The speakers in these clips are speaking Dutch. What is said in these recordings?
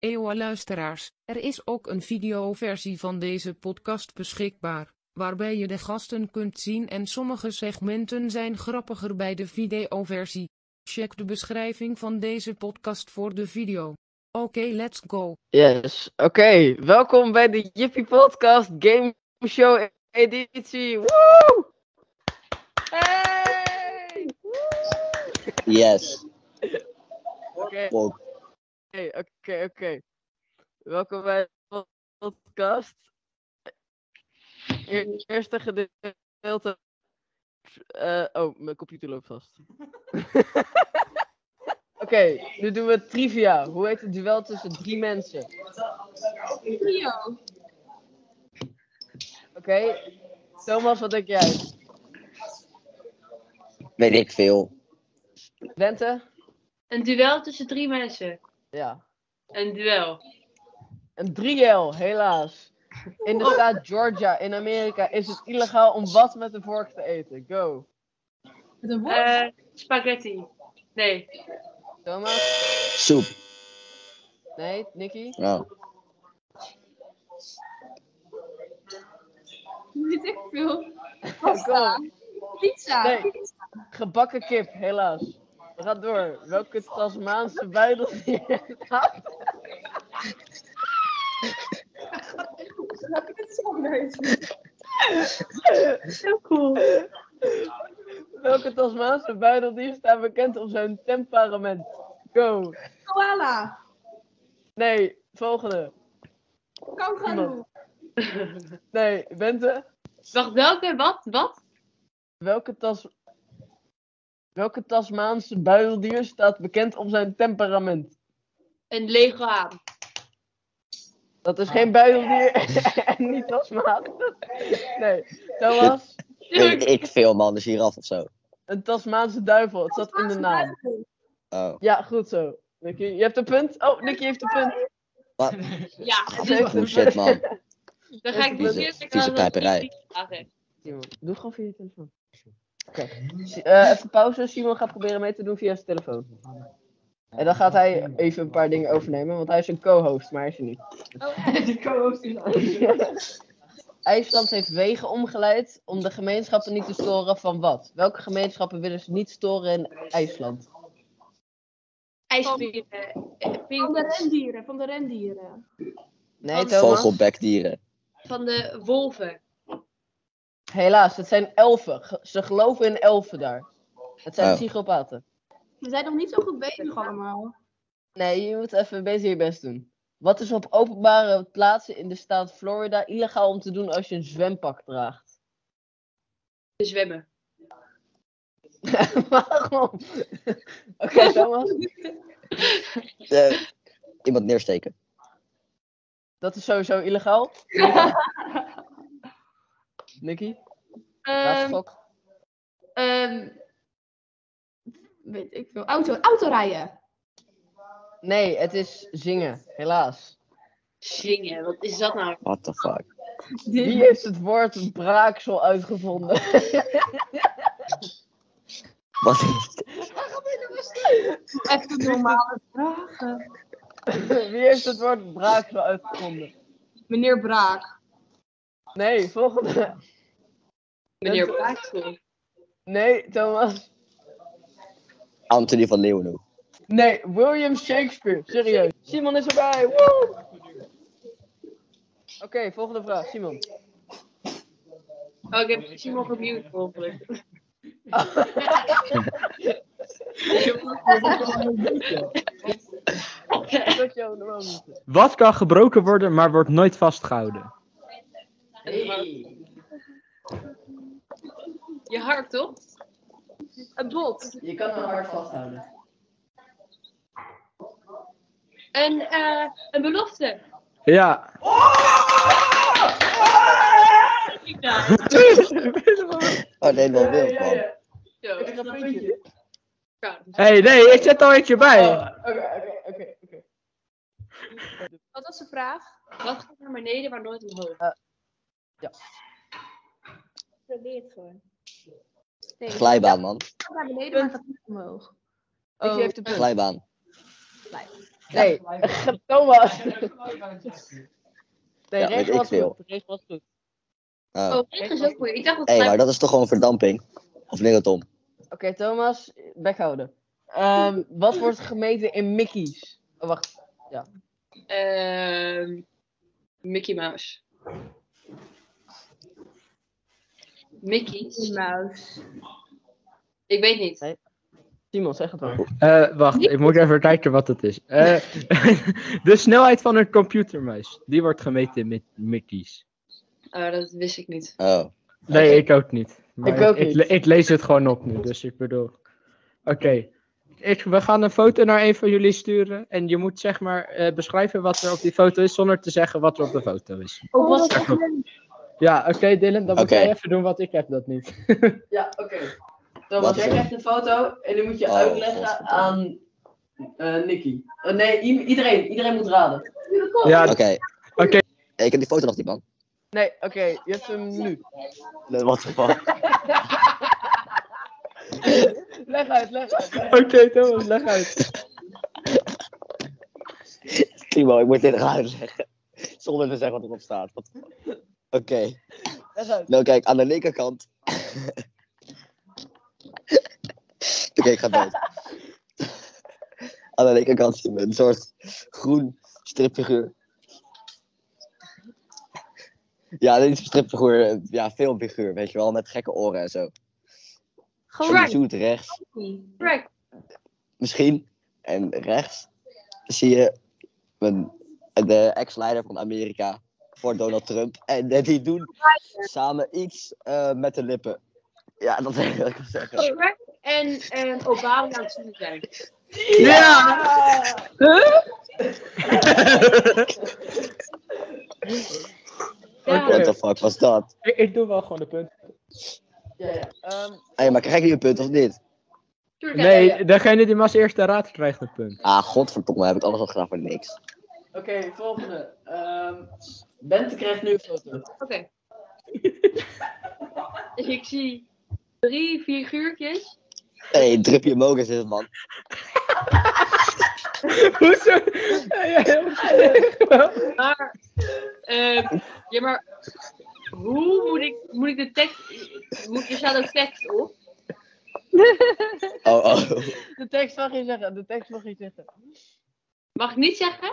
Eeuwa luisteraars, er is ook een videoversie van deze podcast beschikbaar, waarbij je de gasten kunt zien en sommige segmenten zijn grappiger bij de videoversie. Check de beschrijving van deze podcast voor de video. Oké, let's go. Yes, oké. Welkom bij de Jippie Podcast Game Show editie. Woe! Hey! Yes. Oké, Ook. oké, oké, oké. Welkom bij de pod- podcast. E- Eerste gedeelte. Eh, oh, mijn computer loopt vast. Oké, nu doen we trivia. Hoe heet het duel tussen drie mensen? Trio. Oké, Thomas, wat denk jij? Weet ik veel. Lente? Een duel tussen drie mensen. Ja. Een duel. Een 3L, helaas. In de staat Georgia in Amerika is het illegaal om wat met een vork te eten. Go. Eh, spaghetti. Nee. Thomas? Soep. Nee, Nicky? Oh. Weet ik veel. Go. Pizza. Nee. Gebakken kip, helaas. We gaan door. Welke Tasmaanse buidel... Het is anders. Zo cool. Welke Tasmaanse buideldier staat bekend om zijn temperament? Go. Koala. Nee, volgende. Kangaroo. Nee, Bente? Wacht, welke? Wat? Wat? Welke Tas... Welke Tasmaanse buideldier staat bekend om zijn temperament? Een lege haan. Dat is geen buideldier en niet Tasmaan. Nee, Thomas, Weet ik veel, man. De giraf of zo. een Tasmaanse duivel. Het zat in de naam. Oh. Ja, goed zo. Nicky, je hebt een punt. Oh, Nicky heeft een punt. Wat? Ze Ja, heeft een Bullshit, man. dus dan ga ik Vieze- eerst vieze pijperij. Simon, doe gewoon via je telefoon. Oké. Si- eh, even pauze. Simon gaat proberen mee te doen via zijn telefoon. En dan gaat hij even een paar dingen overnemen, want hij is een co-host, maar hij is er niet. IJsland heeft wegen omgeleid om de gemeenschappen niet te storen van wat? Welke gemeenschappen willen ze niet storen in IJsland? IJsbieren. eh, Van de pinguïns, rendieren. Van de rendieren. Nee, Van- Thomas. Vogelbekdieren. Van de wolven. Helaas, het zijn elfen. Ge- Ze geloven in elfen daar. Het zijn Oh. psychopaten. We zijn nog niet zo goed bezig allemaal. Nee, je moet even bezig je best doen. Wat is op openbare plaatsen in de staat Florida illegaal om te doen als je een zwempak draagt? De zwemmen. Waarom? Oké, Thomas. Eh, iemand neersteken. Dat is sowieso illegaal. Nicky, laatste Ehm, gok. Ehm, weet ik veel. Auto. Autorijden. Nee, het is zingen, helaas. zingen. Wat is dat nou? What the fuck? Wie heeft het woord braaksel uitgevonden? Wat is dit? Echt een normale vragen. Wie heeft het woord braaksel uitgevonden? Meneer Braak. Nee, volgende. Meneer Braaksel. Nee, Thomas. Anthony van Leeuwenhoek. Nee, William Shakespeare. Serieus. Simon is erbij. Woe! Oké, volgende vraag, Simon. Oh, ik heb Simon gemute, mogelijk. Dat jou normaal niet. Wat kan gebroken worden, maar wordt nooit vastgehouden? Je hart, toch? Een bot. Je kan hem hard vasthouden. Een, eh, een belofte. Ja. Oh, nee, wel wild, man. Zo. Ik heb een puntje. hey, nee, ik zet al eentje bij. Oh, Oké, oké, oké, oké. Wat was de vraag? Oh. Wat gaat naar beneden, maar nooit omhoog? Probeer het gewoon. Nee, Glijbaan, man. Dus gaat naar beneden, maar gaat niet omhoog. Nicky heeft de punt. Glijbaan. Nee, Thomas. Nee, Ja, weet regen ik was veel. goed. Regen was goed. Oh. Oh, regen is ook goed. Ik dacht dat Hé, het maar dat is toch gewoon verdamping? Of nee, Tom? Oké, Thomas, bek houden. Ehm, wat wordt gemeten in Mickey's? Oh, wacht. Ehm, Mickey Mouse. Mickey's? Muis. Ik weet niet. Simon, zeg het maar. Eh, wacht, ik moet even kijken wat het is. Eh, de snelheid van een computermuis. Die wordt gemeten met Mickey's. Oh, dat wist ik niet. Oh. Nee, ik ook niet. Maar Ik ook ik, niet. le- ik lees het gewoon op nu, dus ik bedoel. Oké. Ik- We gaan een foto naar een van jullie sturen. En je moet zeg maar eh, beschrijven wat er op die foto is, zonder te zeggen wat er op de foto is. Oh, wat Ja, oké, Dylan, dan moet Oké. jij even doen, want ik heb dat niet. Ja, oké. Wat Thomas, is jij er? krijgt een foto en die moet je Oh, uitleggen godverdomme. aan eh Nicky. Eh, nee, i- iedereen. Iedereen moet raden. Ja, Oké. Oké. Ik heb die foto nog niet, man. Nee, oké. je hebt hem nu. Nee, what the fuck? Leg uit, leg uit. oké, Thomas, leg uit. Timo, ik moet dit gaan uitleggen. Zonder te zeggen wat erop staat. What the fuck? Oké. Leg uit. Nou, kijk, aan de linkerkant. Oké, ik ga dood. aan de linkerkant zien we een soort groen stripfiguur. Ja, dit is een stripfiguur. eh, Ja, filmfiguur, weet je wel. Met gekke oren en zo. Zo Correct. zoet rechts. Correct. misschien. En rechts zie je een- de ex-leider van Amerika voor Donald Trump. En eh, die doen samen iets eh, met de lippen. Ja, dat wil ik wel zeggen. Correct. En, en ehm, Obama aan het zoenen zijn. Ja! Ja. What the fuck was dat? Ik, ik doe wel gewoon de punt. Ja, ja. Ehm, Hé, maar krijg ik nu een punt of niet? Tuurlijk, ja, ja, ja. Nee, degene die maar als eerste raadt, krijgt een punt. Ah, godverdomme, heb ik alles al gedaan voor niks. oké, volgende. Ehm, Bente krijgt nu een foto. Oké. ik zie drie figuurtjes. Hé, hey, drupje mogus is het, man. Hoezo? Ja, ja, heel slecht. Maar, ehm, ja, maar hoe moet ik, moet ik de tekst. Moet, er staat ook tekst op. Oh, oh. De tekst mag je zeggen, de tekst mag je zeggen. Mag ik niet zeggen?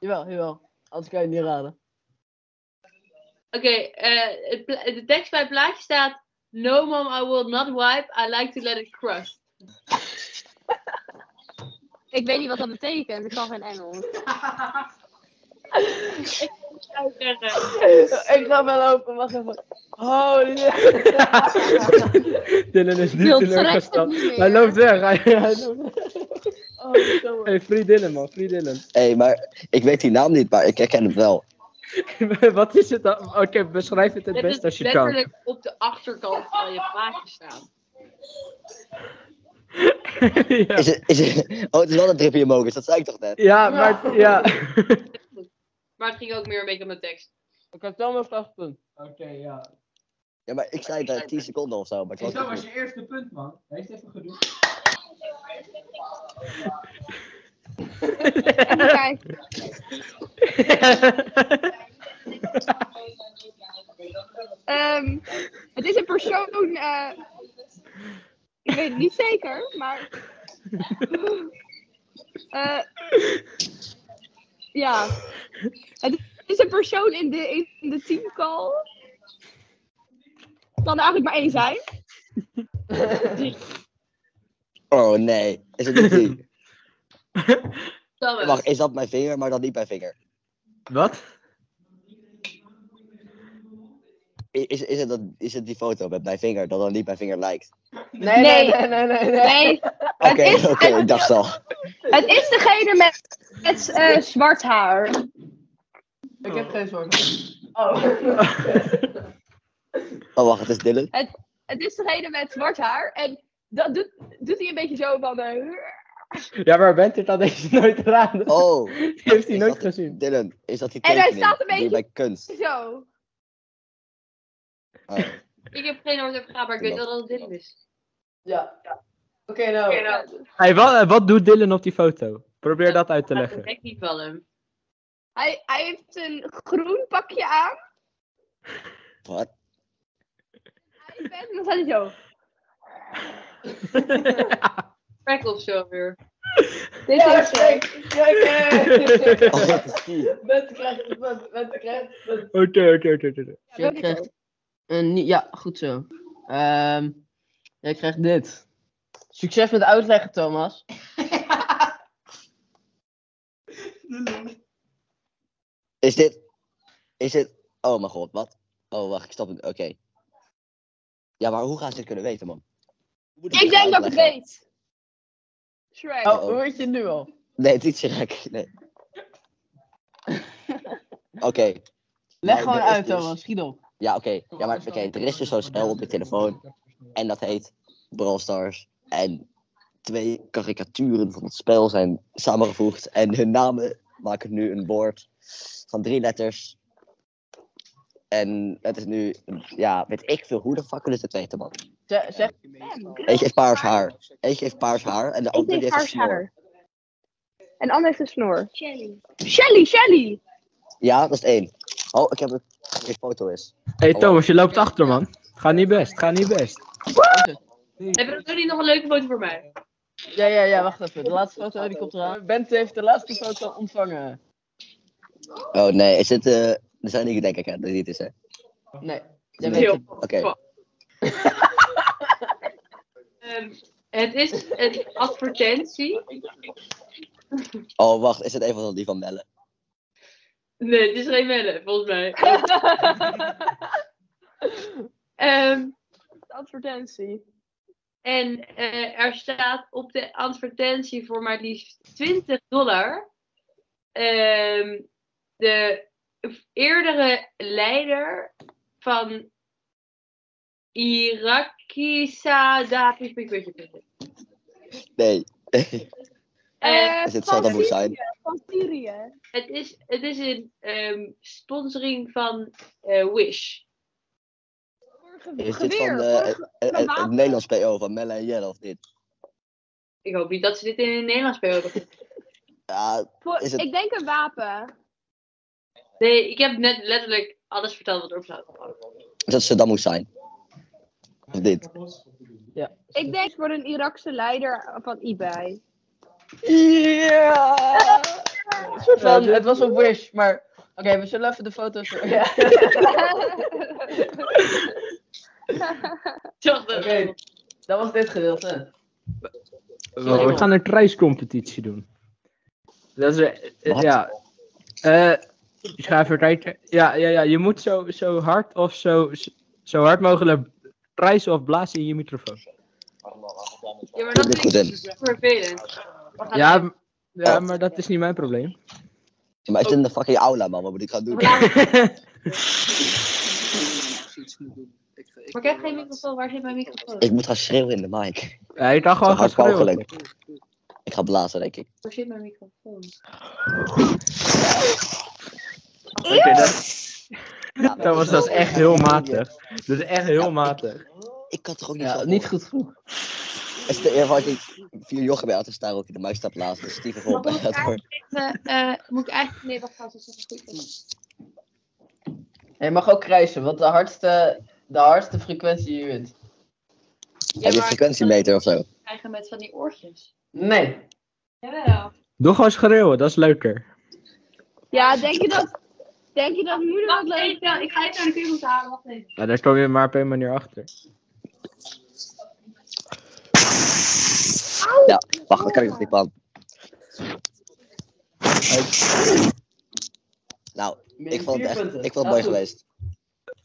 Jawel, jawel. Anders kan je het niet raden. Oké, eh, het pla- de tekst bij het plaatje staat. No mom, I will not wipe. I like to let it crush. Ik weet niet wat dat betekent. Ik kan geen Engels. Ik zou zeggen, Ik ga wel open, wacht even. Holy Dylan is Wil niet het verrekken teleurgesteld. niet meer. Hij loopt weg. Hij, hij loopt weg. Oh, Thomas. Hey, free Dylan, man. Free Dylan. Hé, maar ik weet die naam niet, maar ik herken hem wel. Wat is het dan? Oké, beschrijf het het het is best als je kan. letterlijk op de achterkant van je plaatje staan. Is ja. het, is het... Oh, het is wel een drupje mogus, dat zei ik toch net? ja, maar... Ja. Maar het ging ook meer een beetje om de tekst. Ik heb Thomas graag een punt. Oké, ja. Ja, maar ik zei het eh, 10 seconden of zo, maar het was toch niet. je eerste punt, man. Hij heeft even gedoe. Even kijken. Ehm, het is een persoon. eh, ik weet het niet zeker, maar. Eh, ja. Het is een persoon in de, in de teamcall. Kan er eigenlijk maar één zijn. Oh nee, is het niet die? Thomas. Oh, Wacht, is dat mijn vinger, maar dan niet mijn vinger? Wat? I- Is, is, het, dat, is het die foto met mijn vinger, dat dan niet mijn vinger lijkt? Nee, nee, nee, Nee. nee, nee. nee. Nee, Oké, Het is- oké, ik dacht al. het is degene met, met eh, zwart haar. Ik heb geen zorgen. Oh. Oh wacht, het is Dylan. Het is degene met zwart haar. En dat doet, doet hij een beetje zo van. eh, Ja, maar bent het dan deze nooit raden? Oh, Die heeft hij is nooit dat- gezien. Dylan, is dat die En hij tekening? staat een die beetje- bij kunst. zo. Oh, Ik heb geen oordeel gedaan, maar ik weet wel dat het dit is. Ja. Oké, nou. Oké, nou. Hey, wat, eh, wat doet Dylan op die foto? Probeer dat uit te Dat leggen. is echt niet van hem. Hij, hij heeft een groen pakje aan. Wat? Hij is bed en dan staat hij zo. Freckles chauffeur. Dit Ja, is eh, kijk, kijk, eh. Oh, wat is die? Mensen krijgen, mensen- mensen krijgen. Oké, oké, oké, oké. Jij welke krijgt een, nie- Eh, ja, goed zo. Ehm, jij krijgt dit. Succes met uitleggen, Thomas. Is dit. Is dit. Oh mijn god, wat? Oh wacht, ik stap het. Oké. Ja, maar hoe gaan ze dit kunnen weten, man? Hoe moet Ik dit denk dat ik uitleggen? weet. Shrek. Oh, hoe je het nu al? Nee, het is niet zo gek. Nee. Oké. Leg Nou, gewoon er is uit, dus- Thomas. Schiet op. Ja, oké. Ja, maar oké, er is dus zo'n spel op je telefoon. En dat heet Brawl Stars. En twee karikaturen van het spel zijn samengevoegd. En hun namen maken nu een woord van drie letters. En het is nu, ja, weet ik veel hoe de fuck kunnen ze het weten, man. Zeg, zeg Eentje heeft paars haar. Eentje heeft paars haar. En de Ik andere denk die heeft een snor. paars haar. En Anne heeft een snor. Shelly, Shelly! Ja, dat is één. Oh, ik heb het. Je foto is. Hey Thomas, je loopt achter man. Ga niet best, ga niet best. Heb je nog niet nog een leuke foto voor mij? Ja, ja, ja, wacht even. De laatste foto, die komt eraan. Bent heeft de laatste foto ontvangen. Oh nee, is dit. eh er zijn niet, denk ik, hè, dat dit is, hè. Nee. Jij weet het. Heel. Oké. Ehm, het is een advertentie. Oh, wacht, is het een van die van Melle? Nee, het is geen mellen, volgens mij. Ehm, advertentie. en eh, er staat op de advertentie voor maar liefst 20 dollar. ehm, de eerdere leider van Irakisa David. Ik weet het niet. Nee. Eh, Eh, is het van Saddam Syrië, Hussein? Van Syrië. Het is, het is een ehm, sponsoring van eh, Wish. Voor ge- Is dit geweer. van voor eh, ge- het, het- het wapen. Nederlands PO van Melle en Jelle of dit? Ik hoop niet dat ze dit in het Nederlands spelen. Ja, voor- is het- Ik denk een wapen. Nee, ik heb net letterlijk alles verteld wat erop staat. is dat Saddam Hussein? Of dit? Ik denk voor een Irakse leider van eBay. Ja! Een soort Ja, van, dit- het was op Wish, maar... Oké, we zullen even de foto's... Ja. Toch, Oké, dat- dat was dit gedeelte. We gaan een kruiscompetitie doen. Dat is, eh, Wat? ja. Eh, ik ga even kijken. Ja, ja, ja, je moet zo, zo hard of zo, zo hard mogelijk prijzen of blazen in je microfoon. Ja, maar Doe dat dit goed vind ik in. vervelend. Ja, m- ja, maar dat is niet mijn probleem. Maar is dit in de fucking aula, man? Wat moet ik gaan doen? Maar ik heb geen microfoon. Waar zit mijn microfoon? Ik moet gaan schreeuwen in de mic. Ja, ik dacht Zo gewoon gaan hard schreeuwen. mogelijk. Ik ga blazen, denk ik. Waar zit mijn microfoon? Oké, dat, Ja, Thomas, dat is echt heel matig. Dat is echt Ja, heel ik- matig. Ik kan toch ook niet Ja, zo niet goed genoeg. Het is de eer van dat ik vier joggen bij Alten staan ook in de mic sta blazen. Dus Steven vol bij het hoor. moet ik eigenlijk... Nee, wacht, dat is een goed is. En je mag ook krijsen, want de hardste, de hardste frequentie je wint. Heb je frequentiemeter of zo? krijgen met van die oortjes. Nee. Jawel. Doe gewoon schreeuwen, dat is leuker. Ja, denk je dat, denk je dat moeder dat Wacht leuk even, ik ga even naar de kubus halen. Wacht even. Ja, daar kom je maar op een manier achter. Ja, wacht, dat kan ik nog niet plan. Nou, ik vond het echt ik Ah, vond het mooi geweest.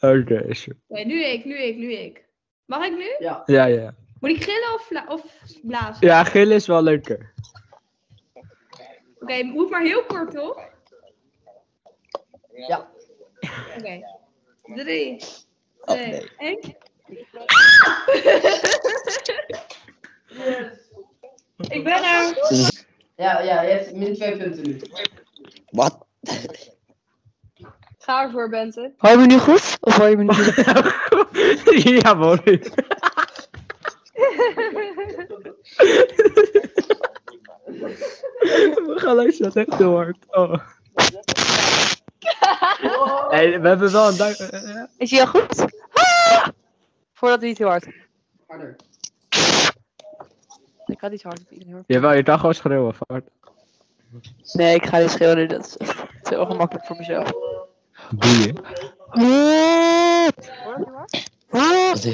Oké, is goed. Nee, nu ik, nu ik, nu ik. Mag ik nu? Ja. Ja, ja. Moet ik gillen of, fla- of blazen? Ja, gillen is wel leuker. Oké, moet maar heel kort, toch? Ja. Oké. Drie, Oh, twee, nee. één. Ik ben er. Ja, ja, je hebt min twee punten nu. Wat? Ga ervoor, Bente. Oh. Hoor je me nu goed? Of hoor je me nu niet? ja, mooi. We gaan luisteren, dat is echt heel hard. Oh. Hey, we hebben wel een duik. Is hij al goed? Ah! Voordat hij niet heel hard. Harder. Ik kan niet hard op iedereen hoor. Jawel, je kan gewoon schreeuwen, Fart. Nee, ik ga niet schreeuwen, dat is te ongemakkelijk voor mezelf. Boeien. Wat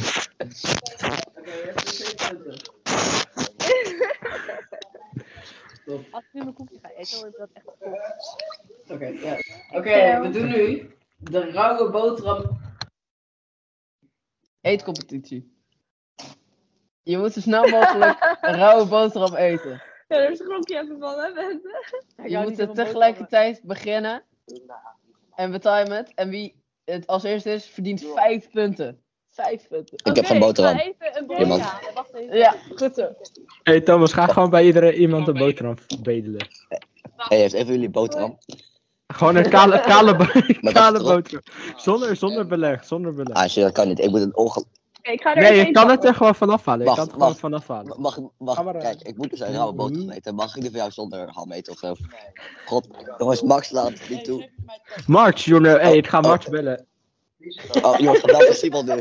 Als ik nu mijn koekje ga eten, wordt dat echt eh, cool. Oké, ja. Oké, we doen nu de rauwe boterham eetcompetitie. Je moet zo snel mogelijk een rauwe boterham eten. Ja, daar schrok je even van, hè, mensen? Je moet het tegelijkertijd beginnen en we timen het. En wie het als eerste is, verdient vijf punten. Vijf punten. Ik heb geen boterham. Oh. Ik ga even een Iemand. broodje halen, wacht even. Ja, goed zo. Hey Thomas, ga gewoon bij iedereen iemand een boterham bedelen. Hey, heeft even jullie boterham? Gewoon een kale, kale, bo- Maar kale dat is erop. boterham. Zonder, zonder beleg, zonder beleg. Ah, shit, dat kan niet. Ik moet een oog... Oké, ik ga er Nee, even je één kan het pakken. er gewoon vanaf halen. Je Wacht, kan het gewoon wacht. vanaf halen. Wacht, wacht. Ga maar, eh. Kijk, ik moet dus een rauwe boterham eten. Mag ik er voor jou zonder ham eten of zo? God, jongens, Max laat het niet toe. March, jongen. Hey, ik ga Oh. March bellen. Oh, je wordt gebeld door Simon nu.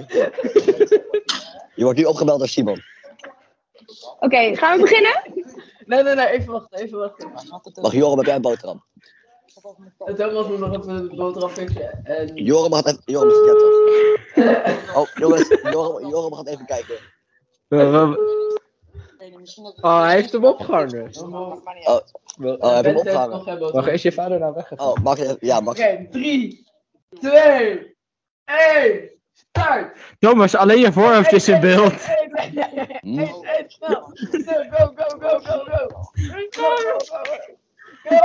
Je wordt nu opgebeld door Simon. Oké, gaan we beginnen? Nee, nee, nee, even wachten, even wachten. Mag Joram, heb jij een boterham? Het Thomas moet nog even de boterham fixen. En... Joram gaat even... Joram is net toch? Oh, jongens, Joram, Joram gaat even kijken. Eh, we- Oh, hij heeft hem opgehangen. Oh, hij heeft hem Bent heeft opgehangen. nog geen Wacht, boterham. is je vader nou weggegaan? Oh, Max, heeft- ja, Max. Oké, 3, 2, 1, start! Thomas, alleen je voorhoofd is in beeld. Hm? Eén, één, snel! Snel, Go, go, go, go, go! Go, go, go! Go!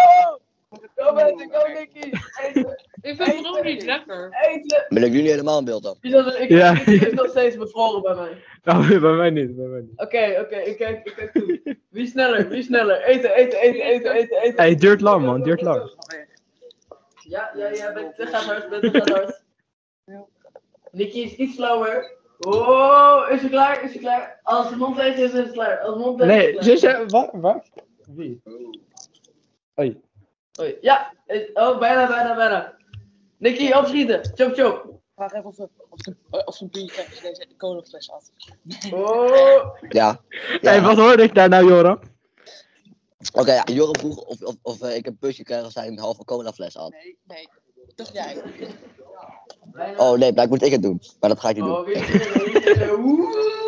Go, mensen, go, Nicky! Eten, Ik vind het niet lekker. eten! Ben ik nu niet helemaal in beeld dan? Die zat- Ik Ja. ik- ik is nog steeds bevroren bij mij. Nou, bij mij niet, bij mij niet. Oké, oké, ik kijk, ik kijk toe. Wie sneller, wie sneller? Eten, eten, eten, eten, eten, eten. Hey, het duurt lang, man, het duurt lang. Ja, ja, ja, ben, dit gaat hard, dit gaat hard. Nicky is iets slower. Oh, is ze klaar, is ze klaar? Als de mond leeg is, is het klaar. Als de mond leeg is, Nee, het ze klaar. zei... Wat? Wat? Wie? Oei. Oei, Ja, is- oh, bijna, bijna, bijna. Nicky, opschieten. Chop, chop. Vraag even of ze of ze- of ze een biertje hebben deze de kolenfles had. Oh, Ja. ja. Hey, wat hoorde ik daar nou, Joram? Oké, ja, Joram vroeg of, of, of eh, ik een busje kreeg als hij een halve colafles had. Nee, nee. Toch jij. bijna. Oh nee, blijkbaar moet ik het doen. Maar dat ga ik niet Oh, doen. wie is er? Wie is er? Oeh.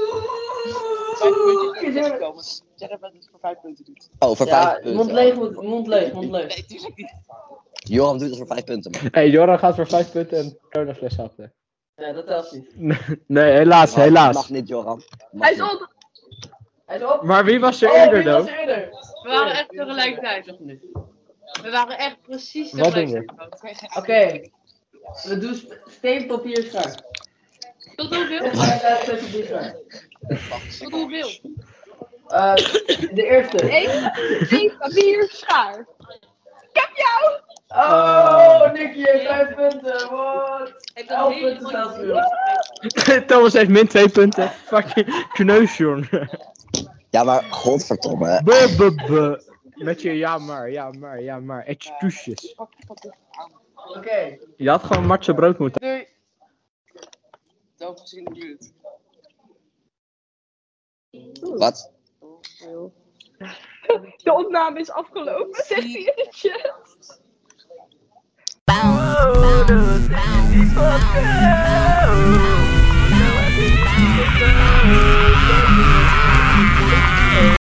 Vijf punten is gekomen. Zeg even dat het voor vijf punten doet. Oh, voor Ja, vijf mond punten. leeg, moet- mond leeg, mond leeg. Nee, tuurlijk niet. Joram doet het voor vijf punten, man. Hey, Joram gaat voor 5 punten een coronafles halen. Ja, dat telt niet. Nee, helaas, Mag helaas. niet, Joram. Mag Hij is niet. op. Hij is op. Maar wie was er Oh, eerder wie was dan? er eerder? We waren echt tegelijkertijd. We waren echt precies Wat doen we? tegelijkertijd. Oké, we doen sp- steen, papier, schaar. Tot hoeveel? Eh, Tot hoeveel? de eerste. Eén, twee, papier, schaar. Oh, Nicky heeft vijf punten. What? Elf punten zelfs weer. Thomas heeft min 2 punten. Fucking kneus, jongen. Ja, maar godverdomme. hè. Buh, buh, buh. Met je ja maar, ja maar, ja maar. Excuses. Pak die papier aan. Oké, Je had gewoon matse brood moeten. doei. Zo gezien doe je het. Wat? De opname is afgelopen, zegt hij in de chat. Oh, dat is niet wat, eh.